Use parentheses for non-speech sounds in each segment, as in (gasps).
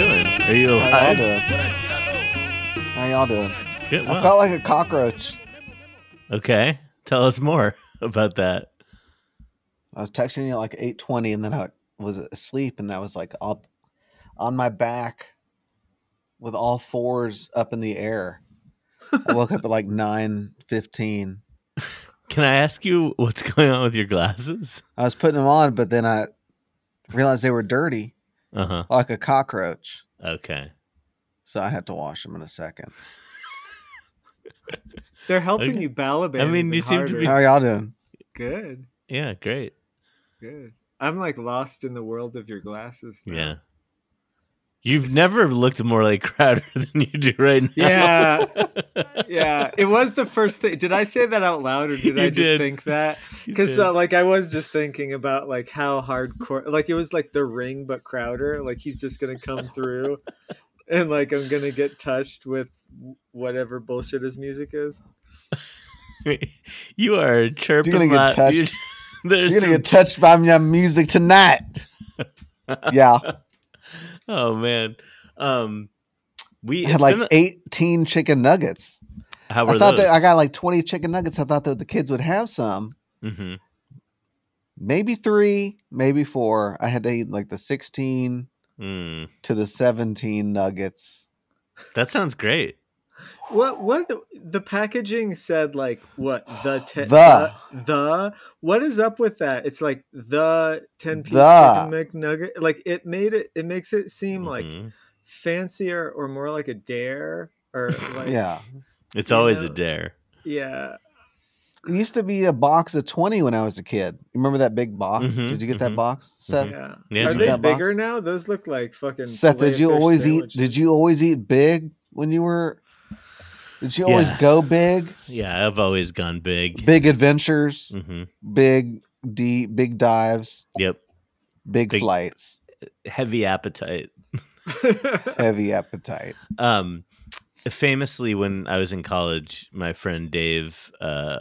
you How y'all alive? doing? How y'all doing? Good, I well. felt like a cockroach. Okay, tell us more (laughs) about that. I was texting you at like eight twenty, and then I was asleep, and I was like up on my back with all fours up in the air. I woke up at like nine fifteen. Can I ask you what's going on with your glasses? I was putting them on, but then I realized they were dirty, Uh huh. like a cockroach. Okay. So I had to wash them in a second. They're helping Okay. you Balaban. I mean, even you seem to be- How harder. are y'all doing? good. Yeah, great. Good. I'm like lost in the world of your glasses. Now. Yeah. You've never looked more like (laughs) Crowder than you do right now. Yeah. Yeah, it was the first thing. Did I say that out loud, or did You I just did. think that? (laughs) You Because did. uh, like I was just thinking about like how hardcore, like it was like the ring, but Crowder. Like he's just gonna come through, and like I'm gonna get touched with whatever bullshit his music is. (laughs) you are chirping. uh, You're gonna get loud- (laughs) touched. there's You're gonna some- get touched by my (laughs) music tonight. Yeah, oh man. Um, we I had it's like been a- eighteen chicken nuggets. how were I thought those? that I got like 20 chicken nuggets. I thought that the kids would have some, Mhm. maybe three, maybe four. I had to eat like the 16 Mm. to the 17 nuggets. That sounds great. What what the, the packaging said like what (gasps) the te- The. the the- what is up with that? It's like the ten piece The. chicken McNugget. Like it made it it makes it seem like Mhm. fancier or more like a dare (laughs) or like Yeah. it's you always a know- dare. yeah It used to be a box of 20 when I was a kid. Remember that big box? Mhm, did you get mhm, that box, Seth? yeah. Yeah, Are you they got box. bigger now? Those look like fucking. Seth, did you filet-fish always sandwiches. eat did you always eat big when you were Did you always Yeah. go big? Yeah, I've always gone big. Big adventures, hmm big deep, big dives, Yep. big, Big- flights, Heavy appetite. heavy appetite. Um, famously, when I was in college, my friend Dave uh,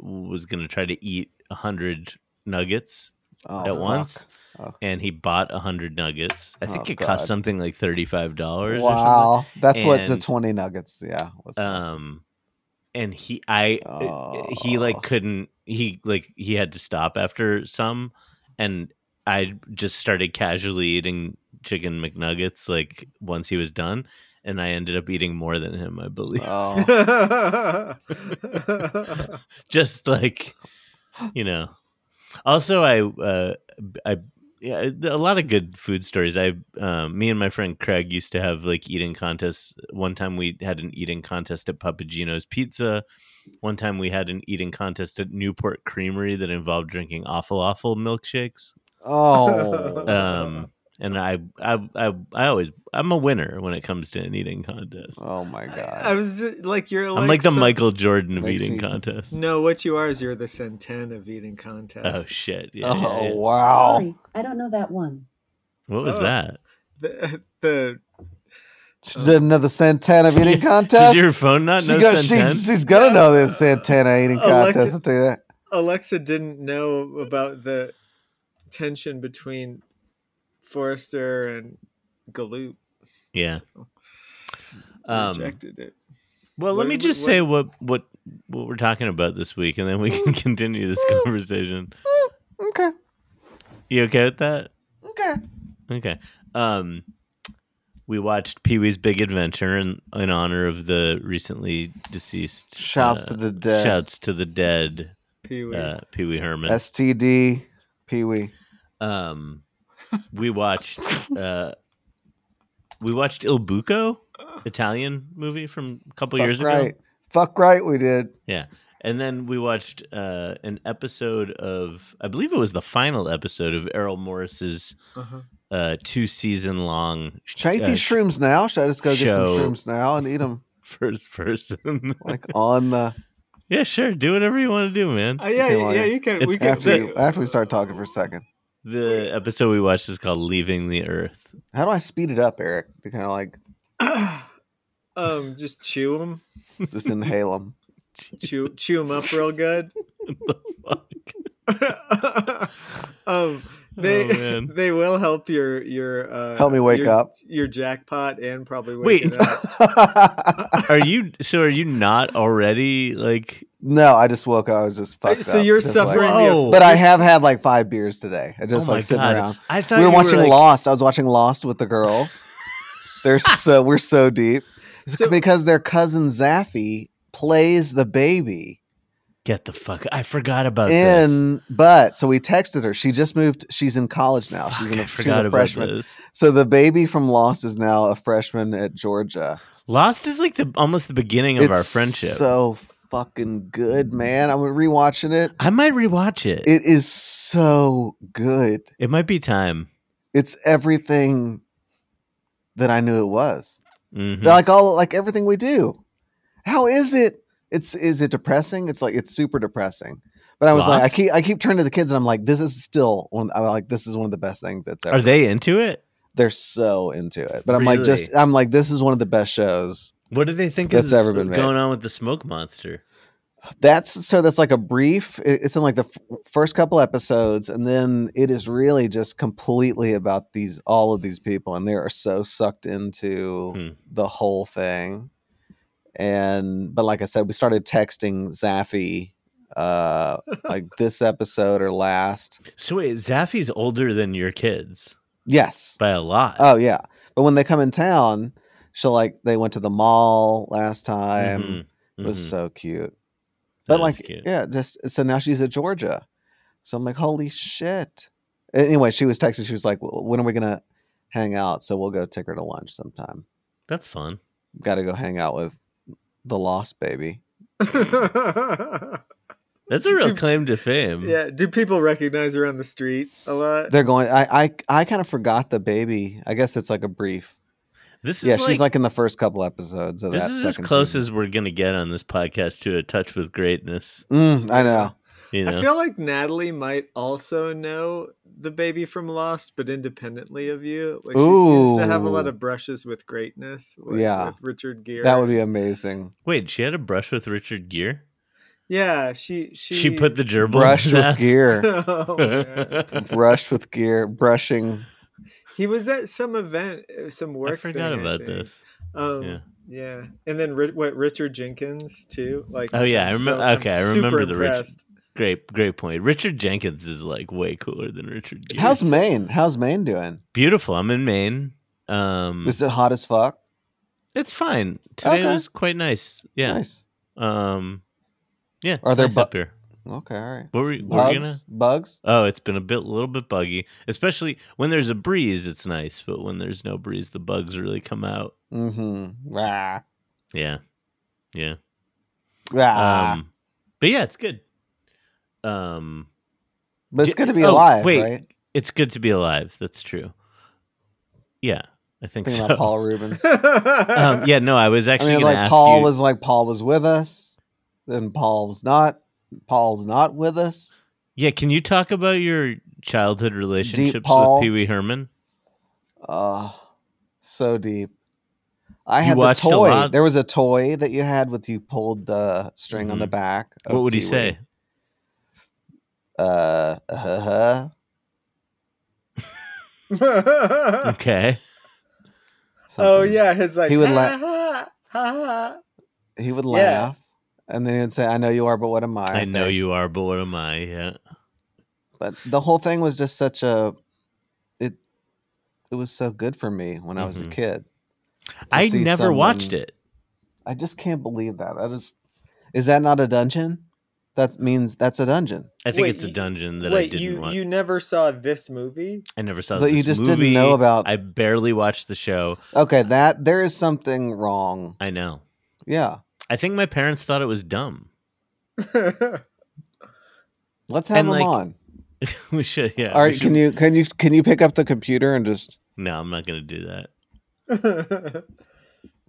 was going to try to eat a 100 nuggets Oh, at fuck. once. Oh. And he bought a 100 nuggets. I think Oh, it cost God. something like $35 or Wow, that's what the And- twenty nuggets. Yeah, was something. Um, and he, I, uh, he Oh. like couldn't, he like, he had to stop after some. And I just started casually eating chicken McNuggets like once he was done. And I ended up eating more than him, I believe. (laughs) oh, just like you know also i uh i yeah, a lot of good food stories. I, um, me and my friend Craig used to have like eating contests. One time we had an eating contest at Papagino's Pizza. One time we had an eating contest at Newport Creamery that involved drinking awful awful milkshakes. oh, Um, and I, I, I, I always, I'm a winner when it comes to an eating contest. oh my (laughs) I god. was just, like you're. Like I'm like the some- Michael Jordan of Oh, Makes eating me- contests. No, what you are is you're the Centen of eating contests. Oh shit! Yeah, yeah, Oh yeah. wow! Sorry, I don't know that one. What was Oh. that? The, the She did another Santana (laughs) eating contest. Does your phone not she know go, she, Santan? she's gonna know this Santana eating Alexis- contest. I'll tell you that. Alexa didn't know about the tension between Forrester and Galoop. yeah. so Um, rejected it. well, let What- me what- just what- say what what what we're talking about this week, and then we can (laughs) continue this conversation. Mm. Okay, You okay with that? okay. Okay. Um, we watched Pee Wee's Big Adventure in in honor of the recently deceased. Shouts uh, to the dead. Shouts to the dead. Pee Wee. Uh, Pee Wee Herman. STD, Pee Wee. um we watched uh we watched Il Buco Italian movie from a couple Fuck years right. ago Fuck right, we did. yeah and then we watched uh an episode of I believe it was the final episode of Errol Morris's uh-huh. uh two season long (laughs) Should I eat uh, these shrooms now? Should I just go get some show. shrooms now and eat them first person (laughs) like on the yeah sure do whatever you want to do man Oh, yeah, Okay, yeah, well, yeah. you can. It's we can after we- you, after we start talking for a second? the episode we watched is called Leaving the Earth How do I speed it up, Eric? To kind of like (coughs) um, just chew them, just inhale them. chew chew them up real good. What the fuck? (laughs) um, They oh man. they will help your your uh, Help me wake your- up. your jackpot and probably wake Wait. it up. Are you so are you not already like (laughs) no, I just woke up. I was just fucked so up, you're just like- suffering. Whoa. the, but I have had like five beers today. I just oh my like sitting god. around. I thought We were you watching like- Lost. I was watching Lost with the (laughs) girls. They're so we're so deep It's So- because their cousin Zaffy plays the baby Get the fuck. I forgot about this. in but so we texted her. She just moved. She's in college now. she's Fuck, in I a, she's forgot a about freshman. this. So the baby from Lost is now a freshman at Georgia. Lost is like the almost the beginning of our friendship. So fucking good, man. I'm rewatching it. I might rewatch it. it. It is so good. might be time. It's everything that I knew it was. Mhm. Like all like everything we do. How is it? It's is it depressing? It's like it's super depressing. But I was like, Lost? I keep I keep turning to the kids and I'm like, this is still one I'm like, this is one of the best things that's ever Are they into it? they're so into it. But I'm like just Really? I'm like, this is one of the best shows What do they think That's is ever been made. going on with the smoke monster? that's so that's like a brief it- it's in like the f- first couple episodes and then it is really just completely about these all of these people and they are so sucked into Hmm. the whole thing and but like i said we started texting zaffy uh like this episode or last So wait, Zaffy's older than your kids yes by a lot. oh yeah but when they come in town she'll like they went to the mall last time Mhm, It was mhm. so cute. That is But like, cute. yeah, just so now she's at Georgia. So I'm like, holy shit. And Anyway, she was texting. She was like, "Well, when are we gonna hang out? So we'll go take her to lunch sometime. that's fun. Got to go hang out with the lost baby. That's a (laughs) real Do- claim to fame. (laughs) yeah. Do people recognize her on the street a lot? They're going. I I I kind of forgot the baby. I guess it's like a brief. This is yeah, like, she's like in the first couple episodes of this that. is as second close season. as we're gonna get on this podcast to a touch with greatness. Mm, I know. You know, I feel like Natalie might also know the baby from Lost, but independently of you. Like she seems to have a lot Ooh. of brushes with greatness. Like Yeah. with Richard Gere. That would be amazing. wait, she had a brush with Richard Gere. Yeah, she she She, put (laughs) the gerbil. in Brush his with ass? (laughs) gear. (laughs) Oh, man. Brush with gear. Brushing. he was at some event, uh, some work. I forgot thing, I about think. this. Um, Yeah. yeah. And then Ri- what Richard Jenkins too? Like Oh, yeah, I'm I remem- I'm okay, I super remember the Richard- impressed. Great, great point. Richard Jenkins is like way cooler than Richard. Gere. How's Maine? How's Maine doing? beautiful? I'm in Maine. Um, Is it hot as fuck? it's fine. Today Okay. was quite nice. Yeah. Nice. Um, yeah. Are it's there nice bu- up here? Okay, all right. What were, we- were Bugs? we gonna? Bugs? Oh, it's been a bit, little bit buggy. Especially when there's a breeze, it's nice. But when there's no breeze, the bugs really come out. Mm-hmm. Rah. Yeah, yeah. Rah. Um, but yeah, it's good. Um, but it's j- good to be oh, alive, wait. right? it's good to be alive. That's true. Yeah, I think Thinking so. about Paul (laughs) Rubens. (laughs) um, yeah, no, I was I actually mean, going to like ask Paul you. was like Paul was with us, then Paul's not. Paul's not with us. Yeah, can you talk about your childhood relationships Paul. with Pee Wee Herman? Uh so deep. I You had the watched a toy. lot? There was a toy that you had with you pulled the string on the Mhm. back. of what would he Pee-wee. say? (laughs) Uh, uh, Oh, huh. (laughs) Okay, oh yeah, his like He would ha, let- ha, ha, He would Yeah. laugh, and then he would say, "I know you are, but what am I?" I, know think. you are, but what am I? Yeah, But the whole thing was just such a it. It was so good for me when I was a Mhm. kid. to I see never watched someone- it. I just can't believe that. That is, is that not a dungeon? That means that's a dungeon. I think Wait, it's a you- dungeon that I Wait, didn't you watch. you never saw this movie? (laughs) I never saw. That you this just movie. didn't know about. I barely watched the show. okay, that there is something wrong. I know. Yeah, I think my parents thought it was dumb. (laughs) let's have And, him like, on. we should. Yeah. All we right, can should- you can you can you pick up the computer and just? No, I'm not going to do that.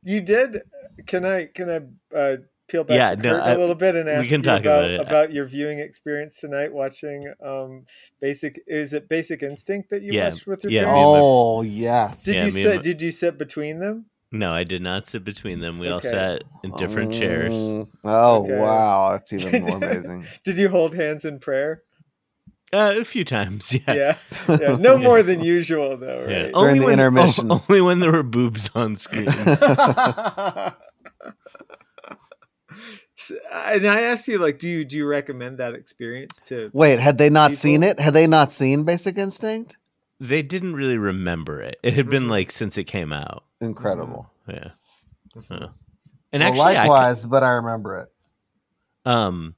you did. Can I can I uh, peel back Yeah, the no, curtain I- a little bit and we ask can you talk about about it. about your viewing experience tonight watching um basic is it Basic Instinct that you Yeah, watched with your yeah, me and parents? my- Oh yes. Did Yeah, you me and sit my- did you sit between them? No, I did not sit between them. We all Okay. sat in different chairs. Mm, Oh Okay. wow, that's even more amazing. (laughs) Did you hold hands in prayer? Uh, a few times, (laughs) yeah. Yeah. (laughs) yeah. No more than usual though, Yeah. right? During the when, (laughs) o- intermission. only when there were boobs on (laughs) screen. (laughs) S- uh, and I asked you like do you do you recommend that experience to Wait, had they not People- seen it? Had they not seen Basic Instinct? they didn't really remember it. It had been Mhm. like since it came out. Incredible. Yeah. Uh, And Mm. And actually, I ca- likewise, but I remember it. um,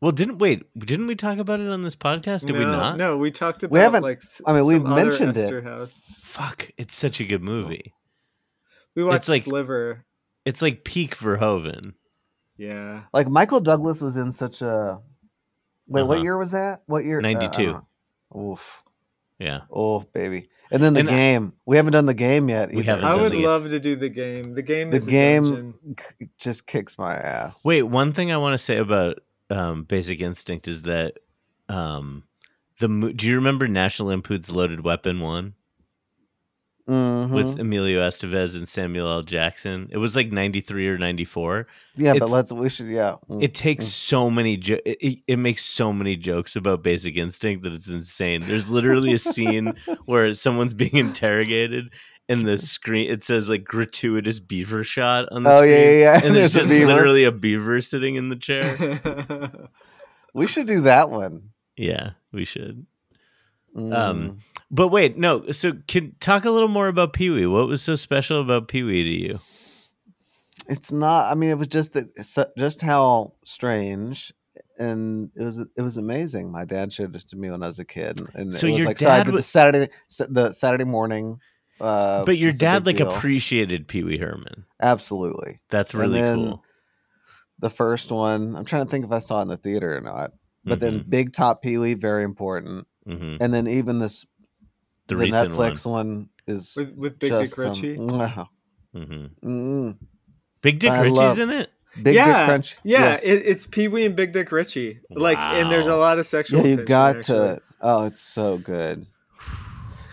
well, didn't wait? Didn't we talk about it on this podcast? Did no, we not? No, we talked about haven't- like s- I mean, we've some other mentioned it. Esther House. Fuck! It's such a good movie. We watched like- Sliver. It's like peak Verhoeven. Yeah. Like Michael Douglas was in such a. Wait, what Uh-huh. year was that? What year? Uh, I don't 92. know. Oof. Yeah, Oh, baby. And then the And I- game. we haven't done the game yet We either. haven't I done would the game. love to do the game. The game The is a game- dungeon. (laughs) K- just kicks my ass. Wait, one thing I want to say about um, Basic Instinct is that um, the mo- do you remember National Lampoon's Loaded Weapon one Mhm. with Emilio Estevez and Samuel L. Jackson? It was like ninety three or ninety four. yeah, but it's- let's. We should. Yeah. Mm. It takes Mm. so many jo- it, it, it makes so many jokes about Basic Instinct that it's insane. There's literally a (laughs) scene where someone's being interrogated and the screen it says like gratuitous beaver shot on the oh screen. yeah, yeah, yeah. (laughs) And there's, just a beaver. literally a beaver sitting in the chair. We should do that one. yeah, we should. Um, Mm. But wait, no. So, can talk a little more about Pee Wee. What was so special about Pee Wee to you? it's not. I mean, it was just that. it's su- Just how strange, and it was. It was amazing. My dad showed this to me when I was a kid, and- and So it was your like so I dad did wa- the Saturday, sa- the Saturday morning. Uh, but your was a dad like big deal. appreciated Pee Wee Herman. absolutely That's And really then- cool. the first one. I'm trying to think if I saw it in the theater or not. But Mm-hmm. then Big Top Pee Wee, very important, Mhm, mhm. and then even this the, the, recent Netflix one, is with with Big Dick just some- Ritchie. Mwah. one. Mhm. Mm. Big Dick I Ritchie's love- in it. Big Yeah, Dick Crunch. Yeah, yes. it, it's Pee Wee and Big Dick Ritchie. Like, and there's a Wow. lot of sexual. yeah, you tension, got actually. to. Oh, it's (sighs) so good.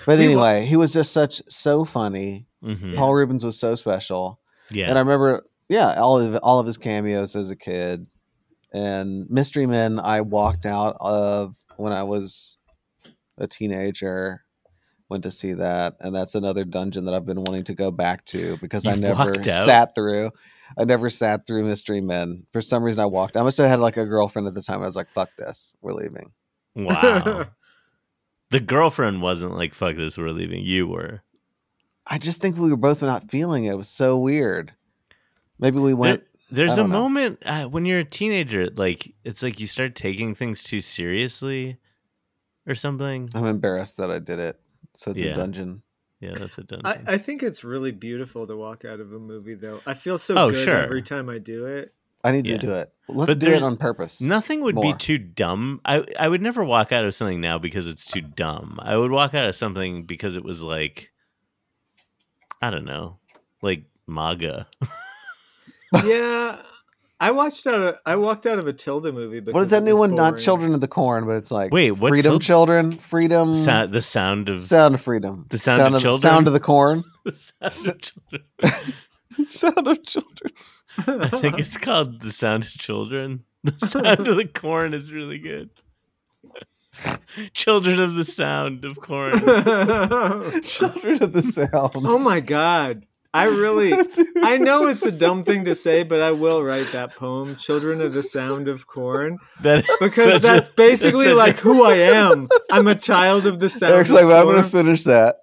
But He wa- anyway, he was just such so funny. Mhm. Paul Rubens was so special, Yeah, and I (laughs) remember, yeah, all of all of his cameos as a kid, and Mystery Men. I walked out of when I was a teenager. Went to see that, and that's another dungeon that I've been wanting to go back to because I You (laughs) never walked out? sat through. I never sat through Mystery Men. For some reason, I walked. I must have had like a girlfriend at the time. I was like, "Fuck this, we're leaving." (laughs) wow. the girlfriend wasn't like "fuck this, we're leaving." You were. I just think we were both not feeling it. It was so weird. Maybe we went. There's a don't know. moment uh, when you're a teenager, like it's like you start taking things too seriously, or something. I'm embarrassed that I did it. So it's Yeah. a dungeon. Yeah, that's a dungeon. (laughs) I, I think it's really beautiful to walk out of a movie, though. I feel so Oh, good sure. every time I do it. I need Yeah. to do it. Let's But do it there's on purpose. Nothing would more. be too dumb. I I would never walk out of something now because it's too dumb. I would walk out of something because it was like I don't know, like MAGA. (laughs) yeah, I watched out. Of, I walked out of a Tilda movie. Because what is that it new was one? Not boring. (laughs) Children of the Corn, but it's like Wait, what freedom Chil- children, freedom, Sa- the sound of sound of freedom, The Sound of Children? sound of the (laughs) corn, (laughs) the sound of children. sound of children. I think it's called the sound of children. The sound of the corn is really good. (laughs) children of the sound of corn. (laughs) Children of the sound. oh my god! I really. I know it's a dumb thing to say, but I will write that poem, "Children of the Sound of Corn," That is because such a- that's basically such a- like who I am. I'm a child of the (laughs) sound. Eric's of like, well, I'm corn. gonna finish that.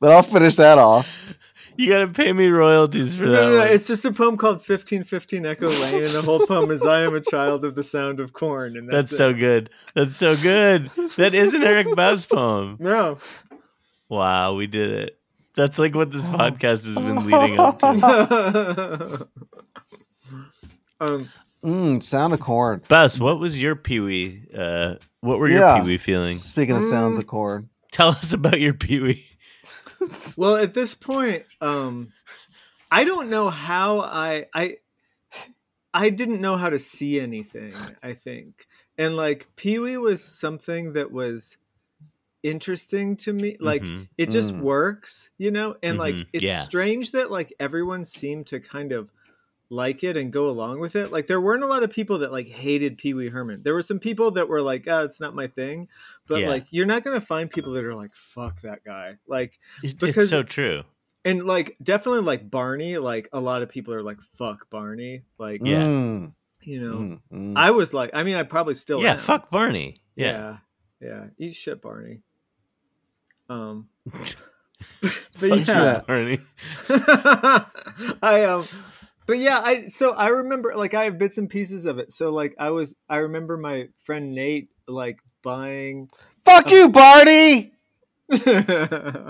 But I'll finish that off. you gotta pay me royalties for No, that. no, no. one. It's just a poem called 1515 Echo Lane, and the whole poem is I am a child of the sound of corn. And That's that's, so it. good. That's so good. That is an Eric Bass poem. No. Wow, we did it. That's like what this podcast has been leading up to. (laughs) (laughs) um, Mm, sound of corn. Bess, what was your Pee Wee? Uh, what were your Yeah. Pee Wee feelings? Speaking of sounds Mm. of corn. Tell us about your Pee Wee. well, at this point, um, I don't know how I I I didn't know how to see anything. I think, and like Pee Wee was something that was interesting to me. Like Mhm. it just Mm. works, you know? And Mhm. like it's Yeah. strange that like everyone seemed to kind of like it and go along with it. Like there weren't a lot of people that like hated Pee Wee Herman. There were some people that were like, "Ah, it's not my thing," but Yeah. like you're not gonna find people that are like, "Fuck that guy." Like It- Because- it's so true. and like definitely like Barney. Like a lot of people are like, "Fuck Barney." Like Yeah. Mm, you know, mm, mm. I was like, I mean, I probably still Yeah, am. fuck Barney. Yeah. yeah, yeah. Eat shit, Barney. (laughs) Um, Fuck but you, yeah. Barney. Oh, (laughs) I um but yeah, I so I remember like I have bits and pieces of it. So like I was I remember my friend Nate like buying Fuck you, Barney.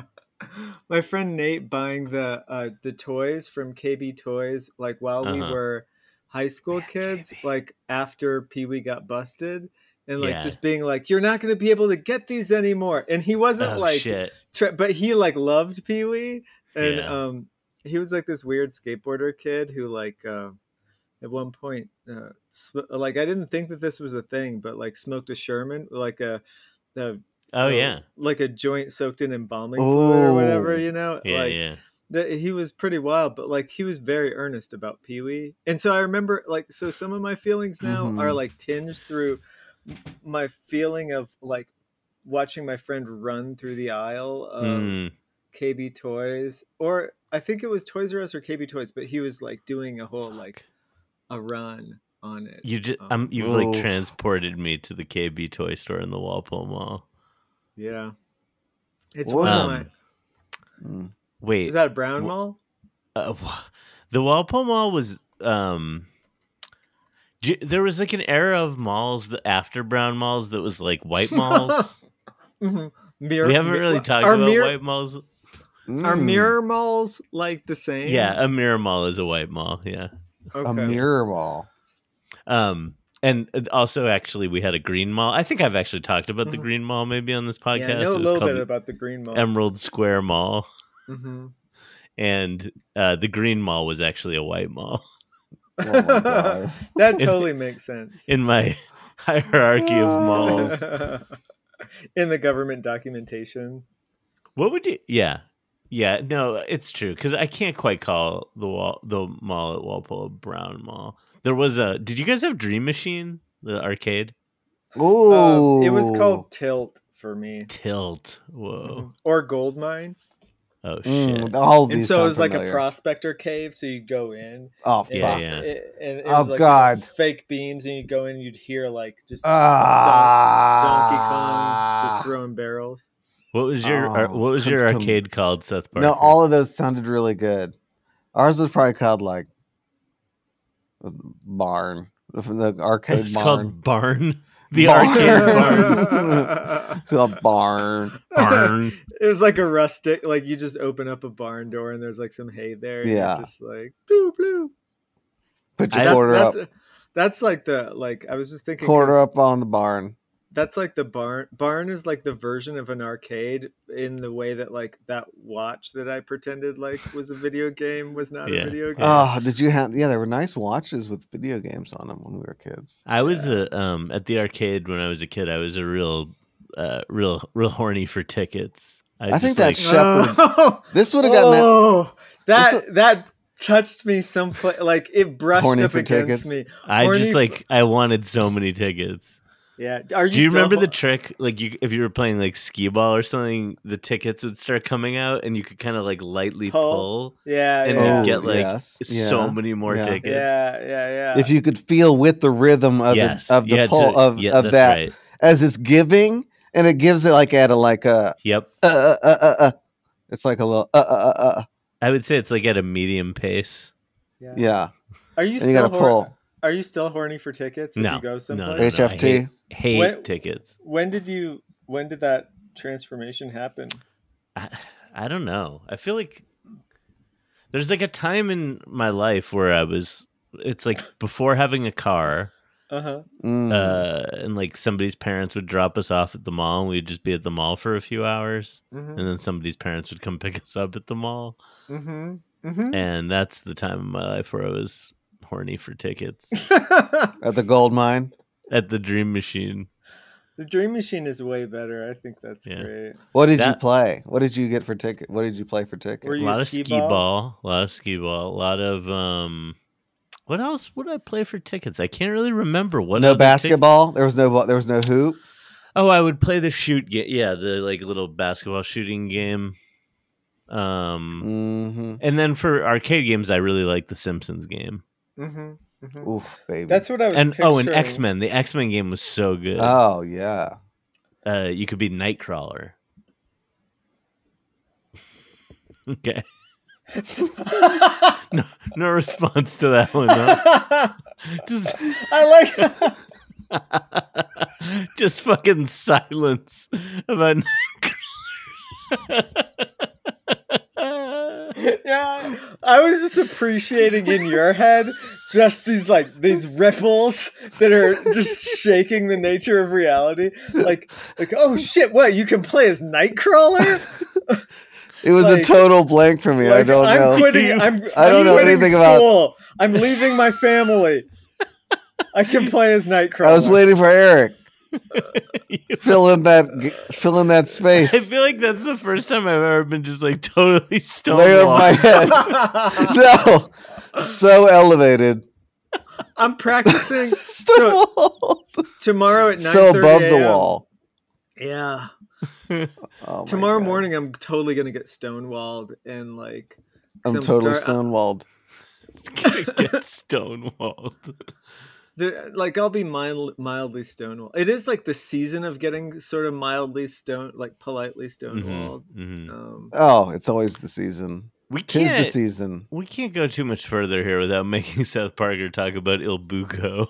(laughs) my friend Nate buying the uh the toys from KB Toys like while we Uh-huh. were high school Yeah, kids KB. like after Pee Wee got busted and like Yeah. just being like you're not going to be able to get these anymore and he wasn't Oh, like shit. tra- but he like loved Pee Wee, and Yeah. um, he was like this weird skateboarder kid who like uh, at one point uh, sm- like I didn't think that this was a thing, but like smoked a Sherman, like a, a Oh, a- yeah. like a joint soaked in embalming fluid or whatever, Ooh. you know, Yeah, like yeah. that he was pretty wild, but like he was very earnest about Pee Wee. And so I remember, like, so some of my feelings now Mhm. Mm-hmm. are like tinged through my feeling of like watching my friend run through the aisle of Mm. KB Toys, or I think it was Toys R Us or KB Toys, but he was like doing a whole like a run on it. You just, um, I'm, you've Oof. like transported me to the KB toy store in the Walpole Mall. Yeah. It's What one was of that? my. Mm. Wait, Is that a brown Wh- mall? uh, wh- the Walpole Mall was um j- there was like an era of malls that after brown malls that was like (laughs) white malls. Mhm. Mirror, we haven't mi- really wha- talked are about mirror, white malls. Are Mm. mirror malls like the same? Yeah, a mirror mall is a white mall, yeah. a Okay. mirror (laughs) wall? Um and also actually we had a green mall. I think I've actually talked about the Mhm. green mall maybe on this podcast. yeah, I know a It was little called bit about the green mall. Emerald Square Mall (laughs) hmm and uh, the green mall was actually a white mall (laughs) Oh my god. That totally makes sense. in my (laughs) hierarchy of malls. (laughs) In the government documentation. What would you? Yeah, yeah. No, it's true because I can't quite call the wall the mall at Walpole a brown mall. There was a. Did you guys have Dream Machine, the arcade? Ooh, Um, it was called Tilt for me. Tilt. Whoa. Mhm. Or Goldmine. Oh Mm, shit. all of and these so it sound was like a familiar. prospector cave so you'd go in Oh fuck! Yeah, fuck. yeah. it- and it Oh, was like God. fake beams and you'd go in and you'd hear like just donkey Ah. kong just throwing barrels What was your ar- Oh, What was your come- come- arcade called, Seth Parker? No, (laughs) all of those sounded really good. Ours was probably called like barn from the It arcade was barn. called Barn. The (laughs) Barn. arcade barn. (laughs) It's called barn. Barn. it was like a rustic like you just open up a barn door and there's like some hay there and you're Yeah. just like blue blue Put I- your That's- quarter that's, up, that's like the like i was just thinking 'cause- quarter up on the barn. that's like the barn barn is like the version of an arcade in the way that like that watch that i pretended like was a video game was not Yeah. a video game Yeah. Oh, did you have? Yeah, there were nice watches with video games on them when we were kids. I was a um at the arcade when I was a kid. I was a real, uh, real, real horny for tickets. I think just, like, that's Shepard. Oh, This would have gotten that. oh, that This that touched me someplace like it brushed Horny up for against tickets. me I Horny just for- like I wanted so many tickets. yeah are you Do you still- remember the trick? Like you, if you were playing like skee ball or something, the tickets would start coming out, and you could kind of like lightly Pull. pull. yeah and yeah. you'd get like Oh, yes, so yeah. many more yeah. tickets. yeah yeah yeah If you could feel with the rhythm of yes, the, of you the had pull to- of, yeah, of that's that Right. as it's giving, and it gives it like at a like a Yep, uh uh uh uh. uh. It's like a little uh uh uh. uh. I would say it's like at a medium pace. yeah. Yeah, are you and you still gotta hor- pull are you still horny for tickets if No. you go No, no, someplace no. I HFT. hate- Hate When- tickets. when did you when did that transformation happen I, I don't know. I feel like there's like a time in my life where I was. It's like before having a car. uh-huh Mm. uh, and like somebody's parents would drop us off at the mall, and we'd just be at the mall for a few hours, mm-hmm. and then somebody's parents would come pick (laughs) us up at the mall, Mm-hmm. Mm-hmm. and that's the time of my life where I was horny for tickets at the gold mine. at the Dream (laughs) Machine. (laughs) the dream machine is way better. I think that's Yeah. great. What did you That- play? What did you get for ticket? What did you play for Were ticket? A you lot of skee skee ball? ball? a lot of skee ball, a lot of um, What else would I play for tickets? I can't really remember what. no other tic- basketball. there was no. There was no hoop. oh, I would play the shoot game. Yeah, the like little basketball shooting game. Um, hmm and then for arcade games, I really like the Simpsons game. hmm hmm Oof, baby. That's what I was. And oh, and picturing. (laughs) X Men. The X Men game was so good. oh yeah. uh, you could be Nightcrawler. (laughs) okay, no response to that one. (laughs) Huh? Just I like. just fucking silence about (laughs) Yeah, I was just appreciating in your head just these like these ripples that are just shaking the nature of reality. Like, like oh shit, what you can play as Nightcrawler? It was a Like- total blank for me. I Like, don't I'm know. quitting. I'm. (laughs) I I'm don't know quitting anything about- school. I'm leaving my family. I can play as Nightcrawler. I was waiting (laughs) for Eric. fill in that g- fill in that I space. feel like that's the first time I've ever been just like totally Lay over my stonewalled. head. no. So elevated. I'm practicing Stonewalled. tomorrow at nine. So above the wall. Yeah. Oh my tomorrow God. morning, I'm totally gonna get stonewalled and like. I'm some totally star- stonewalled. (laughs) Get stonewalled. There, like I'll be mild, mildly stonewalled. It is like the season of getting sort of mildly stone, like politely Mm-hmm. stonewalled. Mhm, mhm. Um, Oh, it's always the season. We Tis the can't. season. We can't go too much further here without making (laughs) South Parker talk about Il Buco.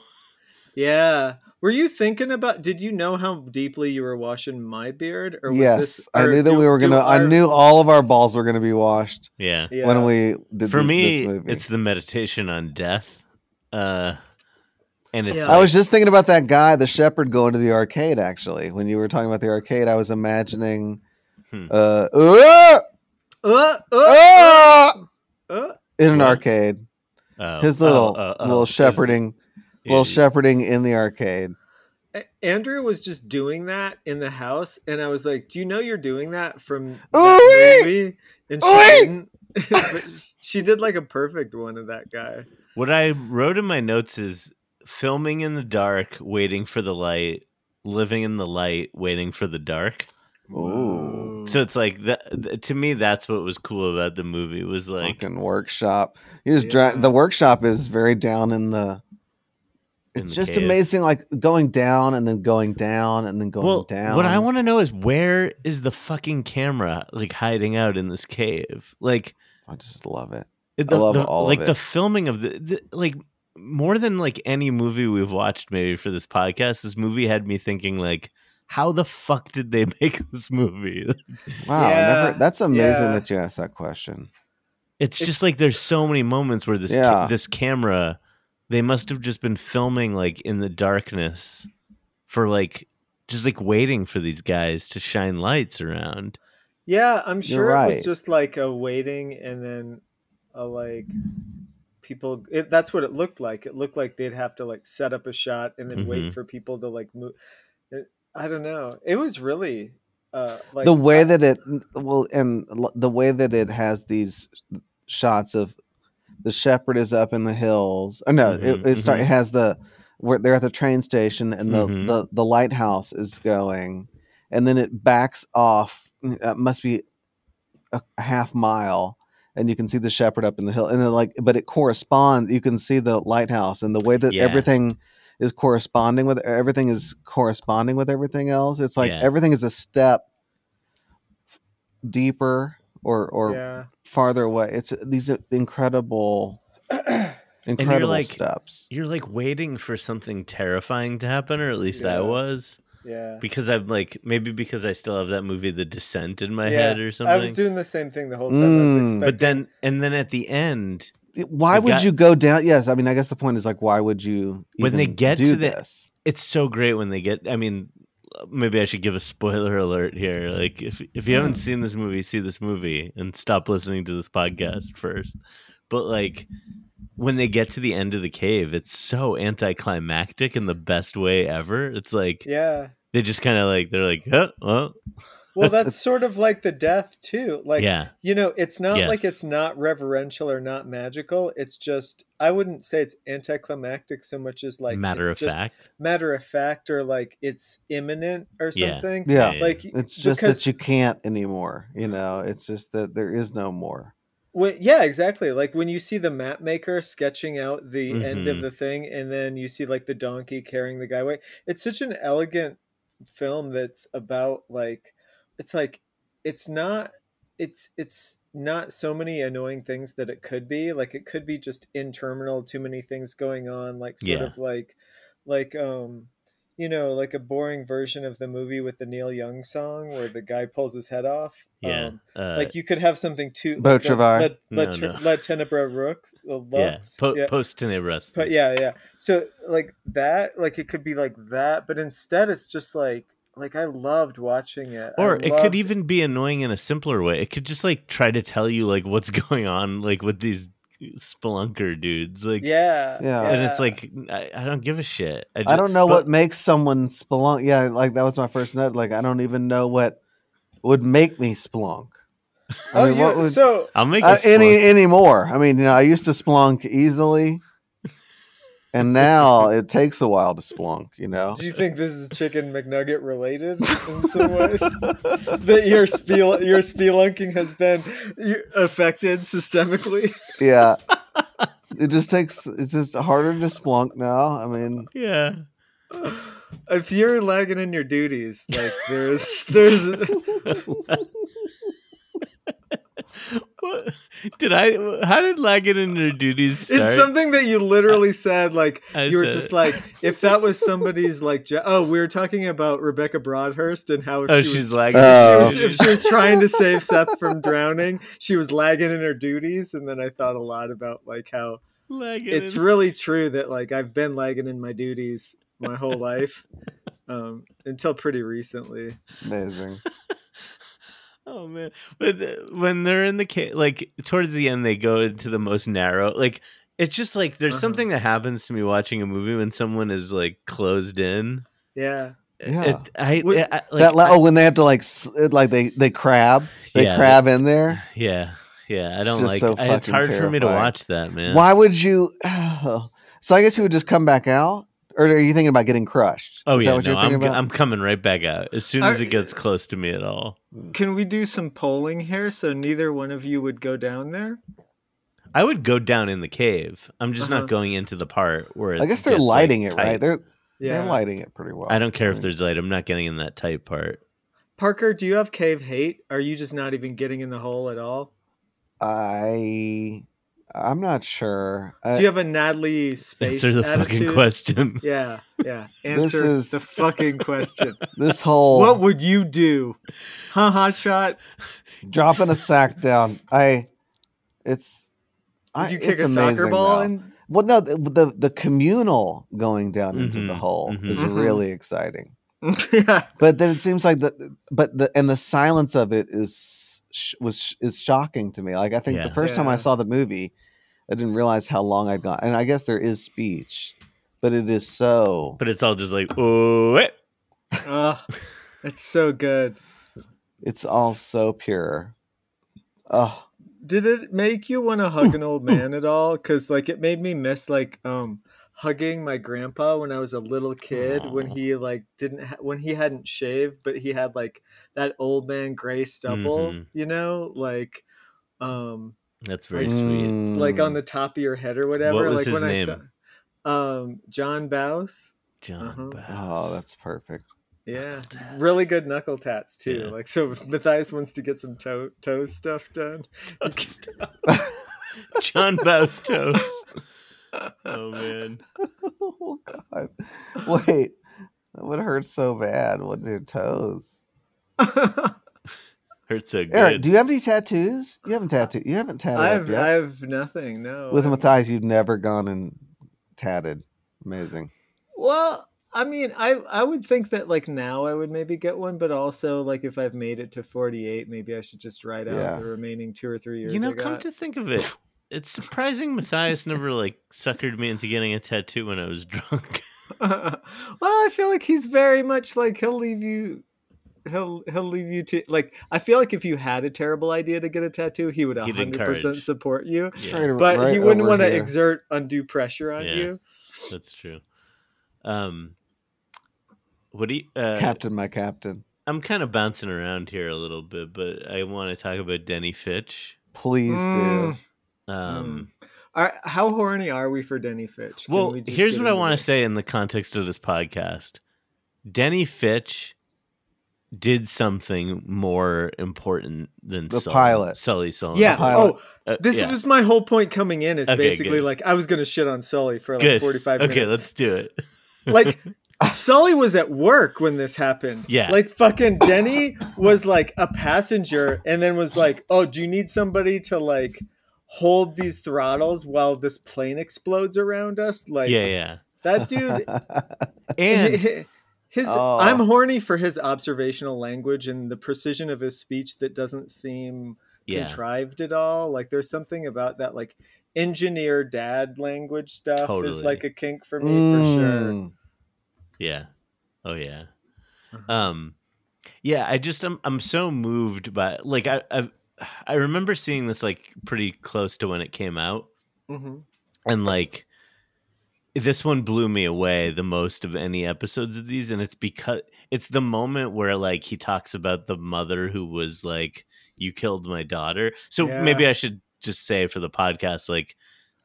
yeah. Were you thinking about? Did you know how deeply you were washing my beard? Or was Yes, this, I or knew that do- we were do gonna. I our- knew all of our balls were gonna be washed Yeah. Yeah. when we did For th- me, this movie. it's the meditation on death. Uh, and it's Yeah. I like- was just thinking about that guy, the shepherd, going to the arcade. Actually, when you were talking about the arcade, I was imagining. Hmm. Uh, "Ah! Uh, uh, Ah!" uh. in an What? arcade, oh, his oh, little oh, oh, little is- shepherding, little shepherding in the arcade. A- Andrew was just doing that in the house, and I was like, "Do you know you're doing that from Ooh-wee! that movie?" And she Ooh-wee! didn't. (laughs) But she did like a perfect one of that guy. What I wrote in my notes is filming in the dark, waiting for the light, living in the light, waiting for the dark. Ooh. Whoa. So it's like that to me that's what was cool about the movie was like Fucking workshop. You just dri- Yeah. the workshop is very down in the. In It's the just cave. amazing, like going down and then going down and then going well down. what I want to know is where is the fucking camera like hiding out in this cave? Like I just love it. the, love the- all of like it. the filming of the, the like more than like any movie we've watched maybe for this podcast this movie had me thinking like how the fuck did they (laughs) make this movie Wow, I Yeah. never, that's amazing Yeah. that you asked that question. it's It's- just like there's so many moments where this ca- Yeah. this camera they must have just been filming like in the darkness for like just like waiting for these guys to shine lights around Yeah, I'm sure it right. was just like a waiting and then a like people it, that's what it looked like. It looked like they'd have to like set up a shot and then Mhm. Mm-hmm. wait for people to like move. It, I don't know. It was really uh like the way I- that it well, and l- the way that it has these shots of the shepherd is up in the hills. Oh no, Mhm, it, it, start, mhm. it has the where they're at the train station and the, Mhm. the the lighthouse is going, and then it backs off. It must be a, a half mile. And you can see the shepherd up in the hill, and it like, but it corresponds. You can see the lighthouse, and the way that Yeah. everything is corresponding with everything is corresponding with everything else. It's like Yeah. everything is a step deeper or or uh, yeah. (clears throat) farther away. It's these are incredible, incredible like- steps. you're like waiting for something terrifying to happen or at least Yeah. i was Yeah. because i'm like maybe because i still have that movie the descent in my Yeah, head or I something was doing the same thing the whole time. I Mm. was expecting. but then and then at the end Why the would guy- you go down? Yes, I mean, I guess the point is like, why would you When they even get do to the- this? it's so great when they get i mean maybe i should give a spoiler alert here like if if you Hmm. haven't seen this movie see this movie and stop listening to this podcast first but like when they get to the end of the cave it's so anticlimactic in the best way ever it's like yeah. they just kind of like they're like huh, well Well, that's sort of like the death too. Like yeah, you know, it's not like Yes. it's not reverential or not magical. It's just I wouldn't say it's anticlimactic so much as like matter of it's just fact. matter of fact, or like it's imminent or Yeah. something. Yeah. Yeah. Like It's just because- that you can't anymore. You know, it's just that there is no more. When, yeah, exactly. Like when you see the map maker sketching out the end of Mhm. the thing, and then you see like the donkey carrying the guy away. It's such an elegant film that's about like it's like it's not it's it's not so many annoying things that it could be. Like it could be just interminable, too many things going on. Like sort Yeah. of like like um you know like a boring version of the movie with the Neil Young song where the guy pulls his head off. Yeah, Um, uh, like you could have something too Boat like Travail. Le, Le, No, Tre- no. Le Tenebra Rooks, uh, yeah. Lux, Po- yeah. Post tenebras. But yeah, yeah. So like that, like it could be like that, but instead it's just like like I loved watching it. I or it loved- could even be annoying in a simpler way. It could just like try to tell you like what's (laughs) going on like with these spelunker dudes. Like yeah, Yeah. and it's like I, I don't give a shit. I don't know but- what makes someone spelunk. Yeah, like that was my first note. Like I don't even know what would make me spelunk. oh, I mean, you- what would so I'll make uh, a any spelunk- anymore? I mean, you know, I used to spelunk easily, (laughs) and now it takes a while to spelunk. You know, do you think this is Chicken McNugget related in some (laughs) ways? that your spel your spelunking has been you- (laughs) affected systemically. yeah, it just takes. It's just harder to spelunk now. I mean, Yeah. (laughs) if you're lagging in your duties, like there's there's (laughs) What- Did I? How did Laggett and her duties start? It's something that you literally said, like I you were said just it. like, (laughs) if that was somebody's like, jo- oh, we were talking about Rebecca Broadhurst and how if oh, she she's was, lagging. Oh. if she was, if she was trying to save Seth from drowning, she was lagging in her duties, and then I thought a lot about like how lagging. it's in- really true that like I've been lagging in my duties my (laughs) whole life, um, until pretty recently. amazing. oh man! But the- when they're in the ca- like towards the end, they go into the most narrow. Like it's just like there's Uh-huh. something that happens to me watching a movie when someone is like closed in. Yeah, Yeah. It- I, Wait, I- (laughs) like, that la- oh, when they have to like s- like they they crab they Yeah, crab in there. yeah, yeah. I It's don't just like. so I- it's fucking hard for me to terrifying. watch that, man. Why would you? (sighs) so I guess he would just come back out, or are you thinking about getting crushed? Oh Is yeah, that what no, you're thinking I'm, about? I'm coming right back out as soon Are- as it gets close to me at all. can we do some polling here so neither one of you would go down there? I would go down in the cave. I'm just Uh-huh. not going into the part where it I guess they're gets, like, lighting it right. tight. They're they're lighting it pretty well. I don't care if there's light. I'm not getting in that tight part. Parker, do you have cave hate? Are you just not even getting in the hole at all? I I'm not sure. I, Do you have a Natalie space Answer the attitude? fucking question. Yeah, yeah. (laughs) This Answer is- Oh. the (laughs) fucking question. this whole What would you do? Ha ha shot. dropping a sack down. I it's Would I, you kick it's a soccer amazing ball now. in? Well, no, the the, the communal going down into the Mhm, hole mhm. is Mhm. really exciting. (laughs) yeah. But then it seems like the but the and the silence of it is sh- was sh- is shocking to me. Like I think the Yeah. first time I Yeah. saw the movie, I didn't realize how long I'd gone. And I guess there is speech, but it is so (laughs) But it's all just like, oh, eh." Oh, it's so good. it's all so pure. Oh, Did it make you want to hug an old man at all? Because like it made me miss like um hugging my grandpa when I was a little kid when Aw. he like didn't ha- when he hadn't shaved but he had like that old man gray stubble. Mhm. You know, like um that's very sweet. like on the top of your head or whatever. Hmm. was like his when I name? saw um John Bouse. Uh-huh. John. Bass. Oh, that's perfect. (laughs) Yeah. Knuckle Really good knuckle tats too. Yeah. Like so (laughs) if Matthias wants to get some toe toe stuff (laughs) done. (laughs) John Bass toes. (laughs) Oh man. oh God! Wait, that would hurt so bad with your toes. Hurts so good. Eric, do you have any tattoos? You haven't tattooed. You haven't tatted up I've yet. I've uh, nothing, no. with I'm- Matthias, you've never gone and tatted. Amazing. Well, I mean, I I would think that like now I would maybe get one, but also like if I've made it to forty eight, maybe I should just ride out Yeah. the remaining two or three years. you know, I come got. to think of it, it's surprising Matthias never like suckered me into getting a tattoo when I was (laughs) drunk. (laughs) well, I feel like he's very much like he'll leave you. he'll he'll lead you to like I feel like if you had a terrible idea to get a tattoo, he would He'd hundred percent encourage. support you. Yeah. Straight ar- But right he wouldn't over want to here. exert undue pressure on Yeah. you. That's true. Um, what do you? Uh, captain, my captain. I'm kind of bouncing around here a little bit, but I want to talk about Denny Fitch. Please Mm. do. Um, All right, how horny are we for Denny Fitch? Can well, we just here's get what I into want to this? say in the context of this podcast: Denny Fitch did something more important than The Sully, pilot. Sully Sullen. Yeah. pilot. Oh, Uh, this yeah. was my whole point coming in. Is Okay, basically good. like I was gonna shit on Sully for like Good. forty five minutes. okay. Let's do it. (laughs) like Sully was at work when this happened. Yeah. Like fucking Denny was like a passenger and then was like, "Oh, do you need somebody to like hold these throttles while this plane explodes around us?" (laughs) Like yeah, (laughs) yeah. that (laughs) (laughs) dude And hi- his Oh. I'm horny for his observational language and the precision of his speech that doesn't seem yeah, contrived at all. Like there's something about that like engineer dad language stuff is Totally. like a kink for me for sure. Mm. yeah. Oh yeah. Uh-huh. Um, yeah. I just I'm I'm so moved by like I I I remember seeing this like pretty close to when it came out, hmm and like this one blew me away the most of any episodes of these, and it's because it's the moment where like he talks about the mother who was like, "You killed my daughter." So Yeah. maybe I should just say for the podcast, like,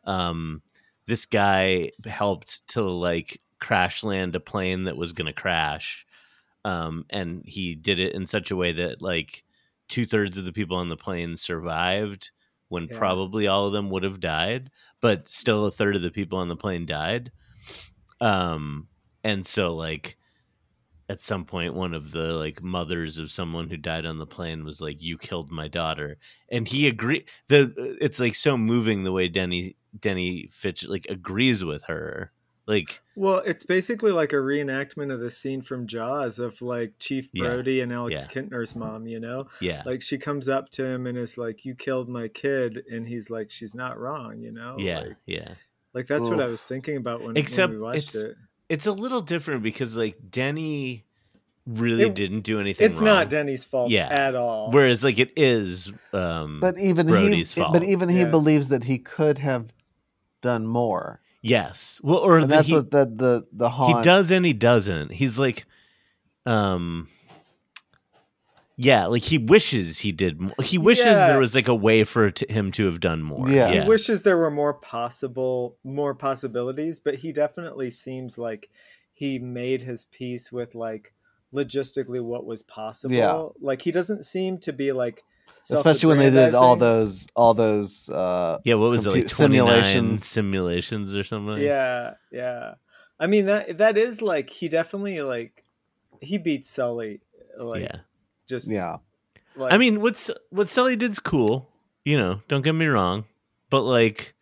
um, this guy helped to like crash land a plane that was gonna crash, um, and he did it in such a way that like two thirds of the people on the plane survived when Yeah. probably all of them would have died, but still a third of the people on the plane died. Um, and so like at some point one of the like mothers of someone who died on the plane was like you killed my daughter and he agree the uh, it's like so moving the way denny denny fitch like agrees with her like Well, it's basically like a reenactment of the scene from Jaws of like Chief Yeah. Brody and Alex Yeah. Kintner's mom, you know? yeah Like she comes up to him and is like, You killed my kid. And he's like, She's not wrong, you know? yeah Like, yeah like, that's what I Oof. was thinking about when, Except when we watched it's- it. it's a little different because like denny really It- didn't do anything It's not wrong. Denny's fault Yeah. at all. whereas like it is um But even Brody's he, fault. but even he Yeah. believes that he could have done more, yes well or and that that's he, what the the the haunt. he does and he doesn't he's like um yeah like he wishes he did more he wishes Yeah. there was like a way for t- him to have done more Yeah. He wishes there were more possible more possibilities, but he definitely seems like he made his peace with like logistically what was possible. Like he doesn't seem to be like especially when they did all self-aggrandizing. those all those uh yeah what was it like Compu- 29 simulations. simulations or something Yeah, yeah. I mean that that is like he definitely like he beats Sully like yeah just yeah like, i mean what's what sully did's cool you know don't get me wrong but like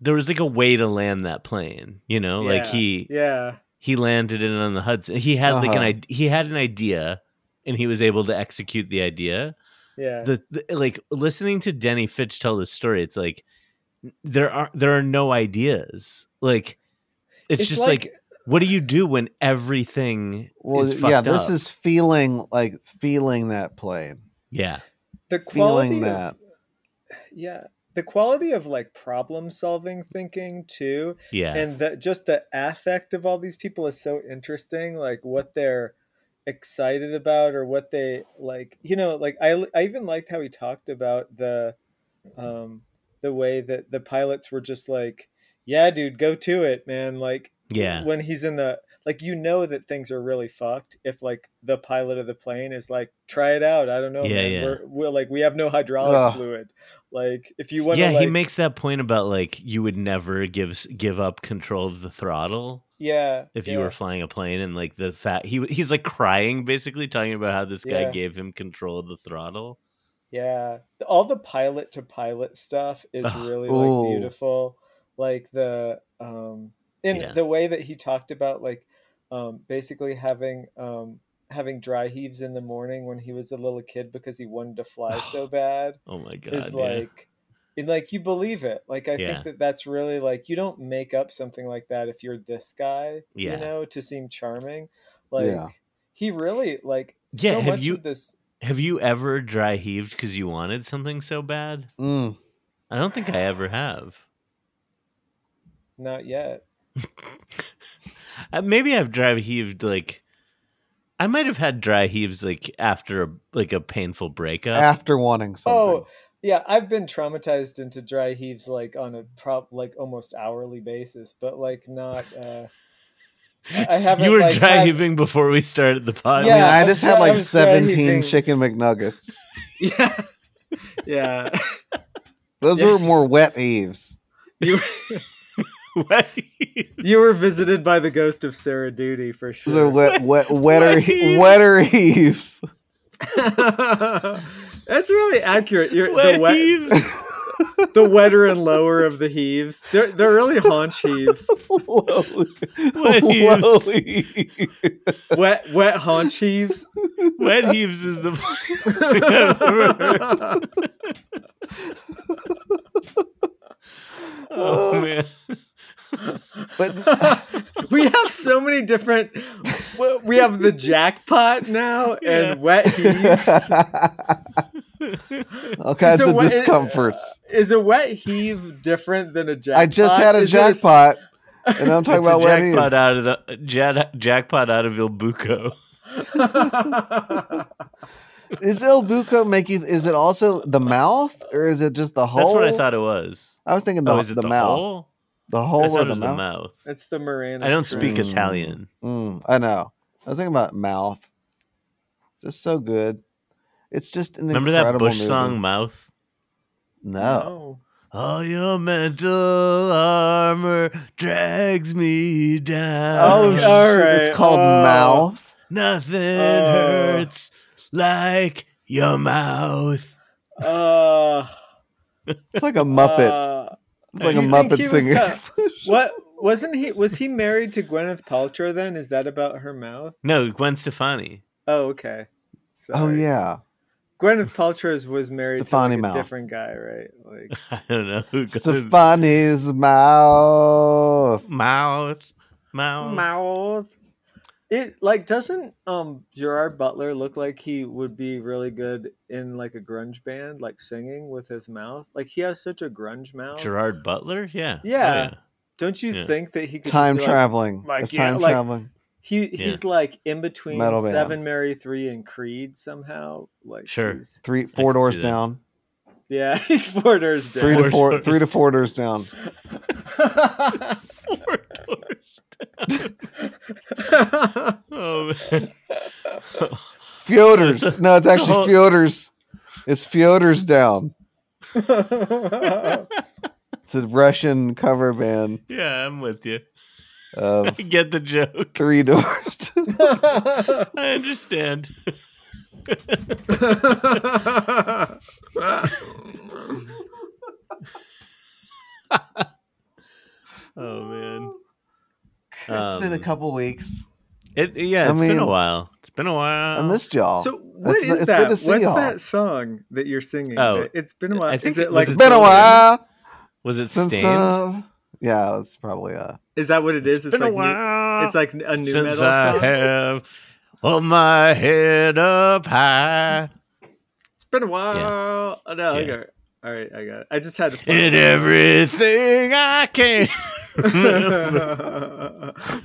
there was like a way to land that plane you know like Yeah. he yeah. he landed it on the hudson he had like an Uh-huh. idea he had an idea and he was able to execute the idea Yeah. the, the like listening to Denny Fitch tell this story, it's like there are there are no ideas. Like it's, just like, what do you do when everything well is yeah fucked this up. is feeling like feeling that plane yeah the quality feeling of- that yeah. The quality of like problem solving thinking too yeah and the, just the affect of all these people is so interesting like what they're excited about or what they like you know like i, I even liked how he talked about the um the way that the pilots were just like yeah dude go to it man like yeah when he's in the like you know that things are really fucked if like the pilot of the plane is like try it out i don't know Yeah, man. yeah. We're, we're like we have no hydraulic Ugh. fluid like if you want to yeah. like he makes that point about like you would never give s- give up control of the throttle yeah if yeah. you were flying a plane and like the fat he he's like crying basically talking about how this guy Yeah. gave him control of the throttle. Yeah, The- all the pilot to pilot stuff is Ugh. really Ooh. like beautiful. Like the um in Yeah. the way that he talked about like um basically having um having dry heaves in the morning when he was a little kid because he wanted (sighs) to fly so bad Oh my god! is yeah. like and like you believe it. Like I Yeah. think that that's really like you don't make up something like that if you're this guy, Yeah. you know, to seem charming. Like Yeah. he really like Yeah, so have much you- of this Have you ever dry heaved because you wanted something so bad? Mm. I don't think I ever have. not yet. Uh, Maybe I've dry heaved like I might have had dry heaves like after a like a painful breakup. After wanting something. Oh, yeah, I've been traumatized into dry heaves like on a prop like almost hourly basis, but like not uh I I haven't you were like, dry had- heaving before we started the I pod. mean, yeah, I I'm just sorry- had like I'm sorry, 17 Ethan. chicken McNuggets. (laughs) Yeah. Yeah. Those Yeah. were more wet heaves. You (laughs) you were visited by the ghost of Sarah Duty for Those are sure. (laughs) wet, wet, wetter, Wet heaves. wetter (laughs) heaves. (laughs) That's really accurate. You're Wet the wet heaves. the wetter and lower of the heaves. They're they're really haunch (laughs) heaves. Low, Wet low heaves. heaves. Wet wet haunch (laughs) heaves. (laughs) Wet heaves is the (laughs) funniest thing I've ever heard. Oh man. But (laughs) we have so many different. we- We have the (laughs) jackpot now Yeah. and wet heaves. (laughs) all kinds So of what- discomforts. Is a wet heave different than a jackpot? I just had a Is it s- jackpot, and I'm talking It's about a wet jackpot uh, heaves. out of the jad- jackpot out of Il Buco. Is El Buco make you? Is it also the mouth, or is it just the whole? That's what I thought it was. I was thinking the, oh, is it the, the, mouth, hole? the I whole thought or it was the mouth. (laughs) it's the Moran. I don't speak correct. Italian. Mm, I know. I was thinking about mouth. Just so good. It's just an Remember that incredible Bush movie. song, Mouth? No, All your mental armor drags me down. Oh, Oh, shit, alright. It's called Oh. mouth. Nothing Oh. hurts like your mouth. Uh, It's like a Muppet. uh, it's like do a you think Muppet he was singer. t- what wasn't he? Was he married to Gwyneth Paltrow? Then is that about her mouth? No, Gwen Stefani. (laughs) Oh, okay. (laughs) oh Sorry. yeah, Gwyneth Paltrow's was married Stefani to like, Mouth. a different guy, right? Like I don't know who goes Stefani's mouth. mouth. Mouth. mouth. It like doesn't um Gerard Butler look like he would be really good in like a grunge band, like singing with his mouth? Like he has such a grunge mouth. Gerard Butler? Yeah. Yeah. Don't you Yeah. think that he could just Time be, like, traveling. like, It's yeah, time like- traveling. He Yeah. he's like in between Metal band. Seven Mary Three and Creed somehow. Like Sure. he's- Three, four can see doors that. down. yeah, (laughs) he's four doors Three down. Four to four. doors. Three to four doors down. Oh, yeah. (laughs) Four doors down. Oh, man. Fyodor's. (laughs) No, it's actually Oh. whole- Fyodor's. It's Fyodor's down. It's a Russian cover band Yeah, I'm with you. I (laughs) of get the joke. three doors. (laughs) (laughs) I understand. (laughs) Oh, man. It's been a Um, couple weeks. It yeah, I it's been a mean- while. It's been a while. I missed y'all. so what It's is Oh, n- it's good that? to see What's y'all. that song that you're singing? Oh, That- it's been a while. I think is it it- like was it's been a while was it since. Stand? Uh, yeah, it was probably uh, Is that what it is? It's, been like a new, while. it's like a new since metal I song. have hold my head up high It's been a while. Oh, no, Yeah. okay. All right, I got it. I just (laughs) had to. in everything I can.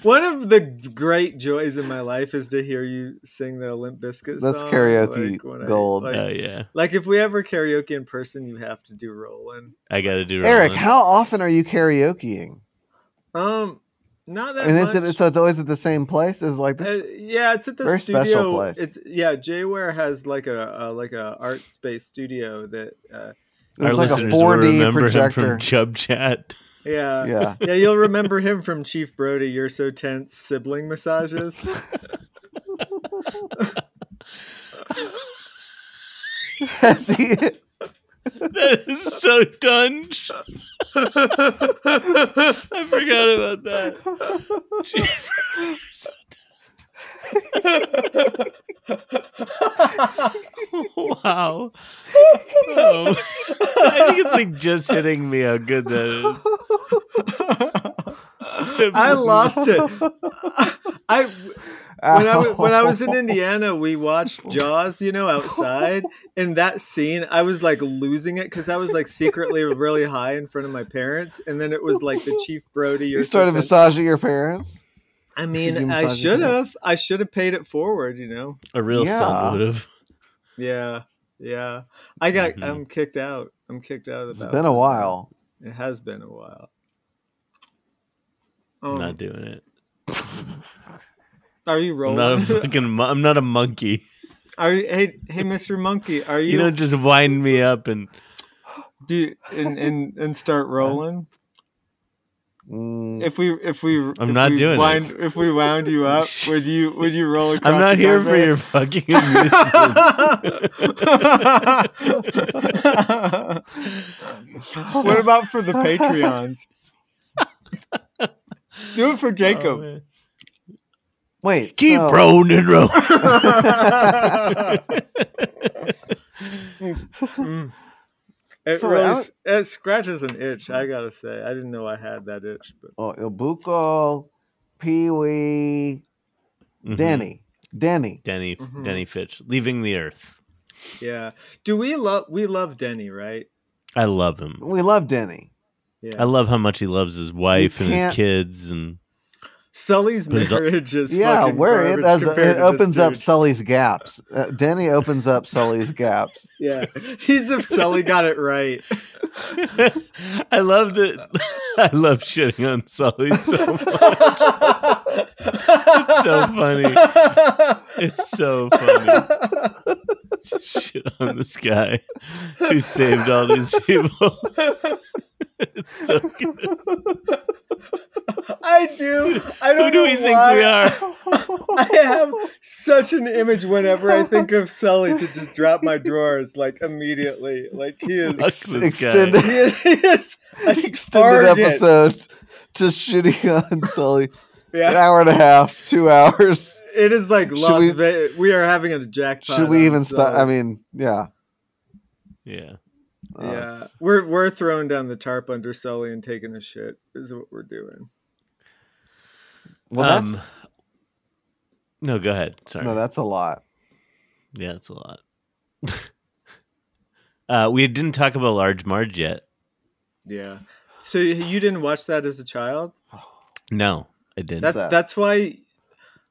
One of the great joys in my life is to hear you sing the Limp Bizkit That's song, karaoke like, when I- gold. like, Oh yeah, like, if we ever karaoke in person, you have to do rolling. I gotta do Eric. Roland. How often are you karaokeing? Um, not that And much. is it so? It's always at the same place. Is it like Uh, this? yeah, it's at the Very studio. special place. It's yeah. Jayware has like a, a like a art space studio that uh, Our It's like a listeners will four D remember projector. (laughs) (laughs) him from Chub Chat. yeah Yeah. (laughs) yeah, you'll remember him from Chief Brody. You're so tense. Sibling (laughs) massages. See, That is so dunge. I forgot about that. Jeepers. wow. Oh. I think it's like just hitting me how good that is. (laughs) I lost it. I when I was, when I was in Indiana, we watched Jaws, you know, outside. And that scene, I was like losing it because I was like secretly really high in front of my parents. And then it was like the Chief Brody. you started massaging your parents. (laughs) I Did you mean, I massage should your have. I should have paid it forward, you know? A real Yeah. son would have. Yeah. Yeah. I got, Mhm. I'm kicked out. I'm kicked out of the It's been a bathroom. while. It has been a while. not Um, doing it. are you I'm rolling? not a (laughs) fucking. Mo- I'm not a monkey. (laughs) Are you, hey hey Mr. Monkey, are you, You don't just wind me up and do you- and, and (laughs) and start rolling? Mm, If we if we I'm not doing it. Oh, wind, if we (laughs) wound you up, would you would you roll across I'm not the here for carpet? your fucking amusement. what about for (laughs) the Patreons? Do it for Oh, Jacob. man. Wait, Keep so- rolling and (laughs) rolling. Oh, Mm. It So, really Alan- s- it scratches an itch. I gotta say, I didn't know I had that itch, but Oh, Ilbuko, Pee Wee, Mm-hmm. Mhm. Denny, Denny. Denny, Mhm. Denny Fitch, leaving the earth. yeah. Do we love we love Denny, right? I love him. We love Denny. Yeah. I love how much he loves his wife and his can't- kids, and (laughs) Sully's But he's al- marriage is yeah, fucking where it garbage does, compared it to this opens up dude. Sully's gaps. Uh, Denny opens up Sully's (laughs) gaps. yeah, he's if Sully got (laughs) it (laughs) right. I love that. (laughs) I love shitting on Sully so much. so funny. (laughs) It's so funny. Shit on this guy who saved all these (laughs) people. it's so good. I do. I Who don't do know we think why. we are? (laughs) I have such an image whenever I think of Sully to just drop my drawers like immediately. Like he is, Fuck this Extended, guy. (laughs) he is, he is an (laughs) extended target. episode to shitting (laughs) on Sully. An Yeah, hour and a half, two (laughs) hours. it is like Should Las we- Vegas. We are having a jackpot. Should we on even stop? Sully. I mean, yeah. Yeah. Uh, yeah, s- we're we're throwing down the tarp under Sully and taking a shit is what we're doing. Well, that's Um, no, go ahead. Sorry. no, that's a lot. yeah, that's a lot. (laughs) uh, we didn't talk about Large Marge yet. Yeah. So you didn't watch that as a child? No, I didn't. That's that? that's why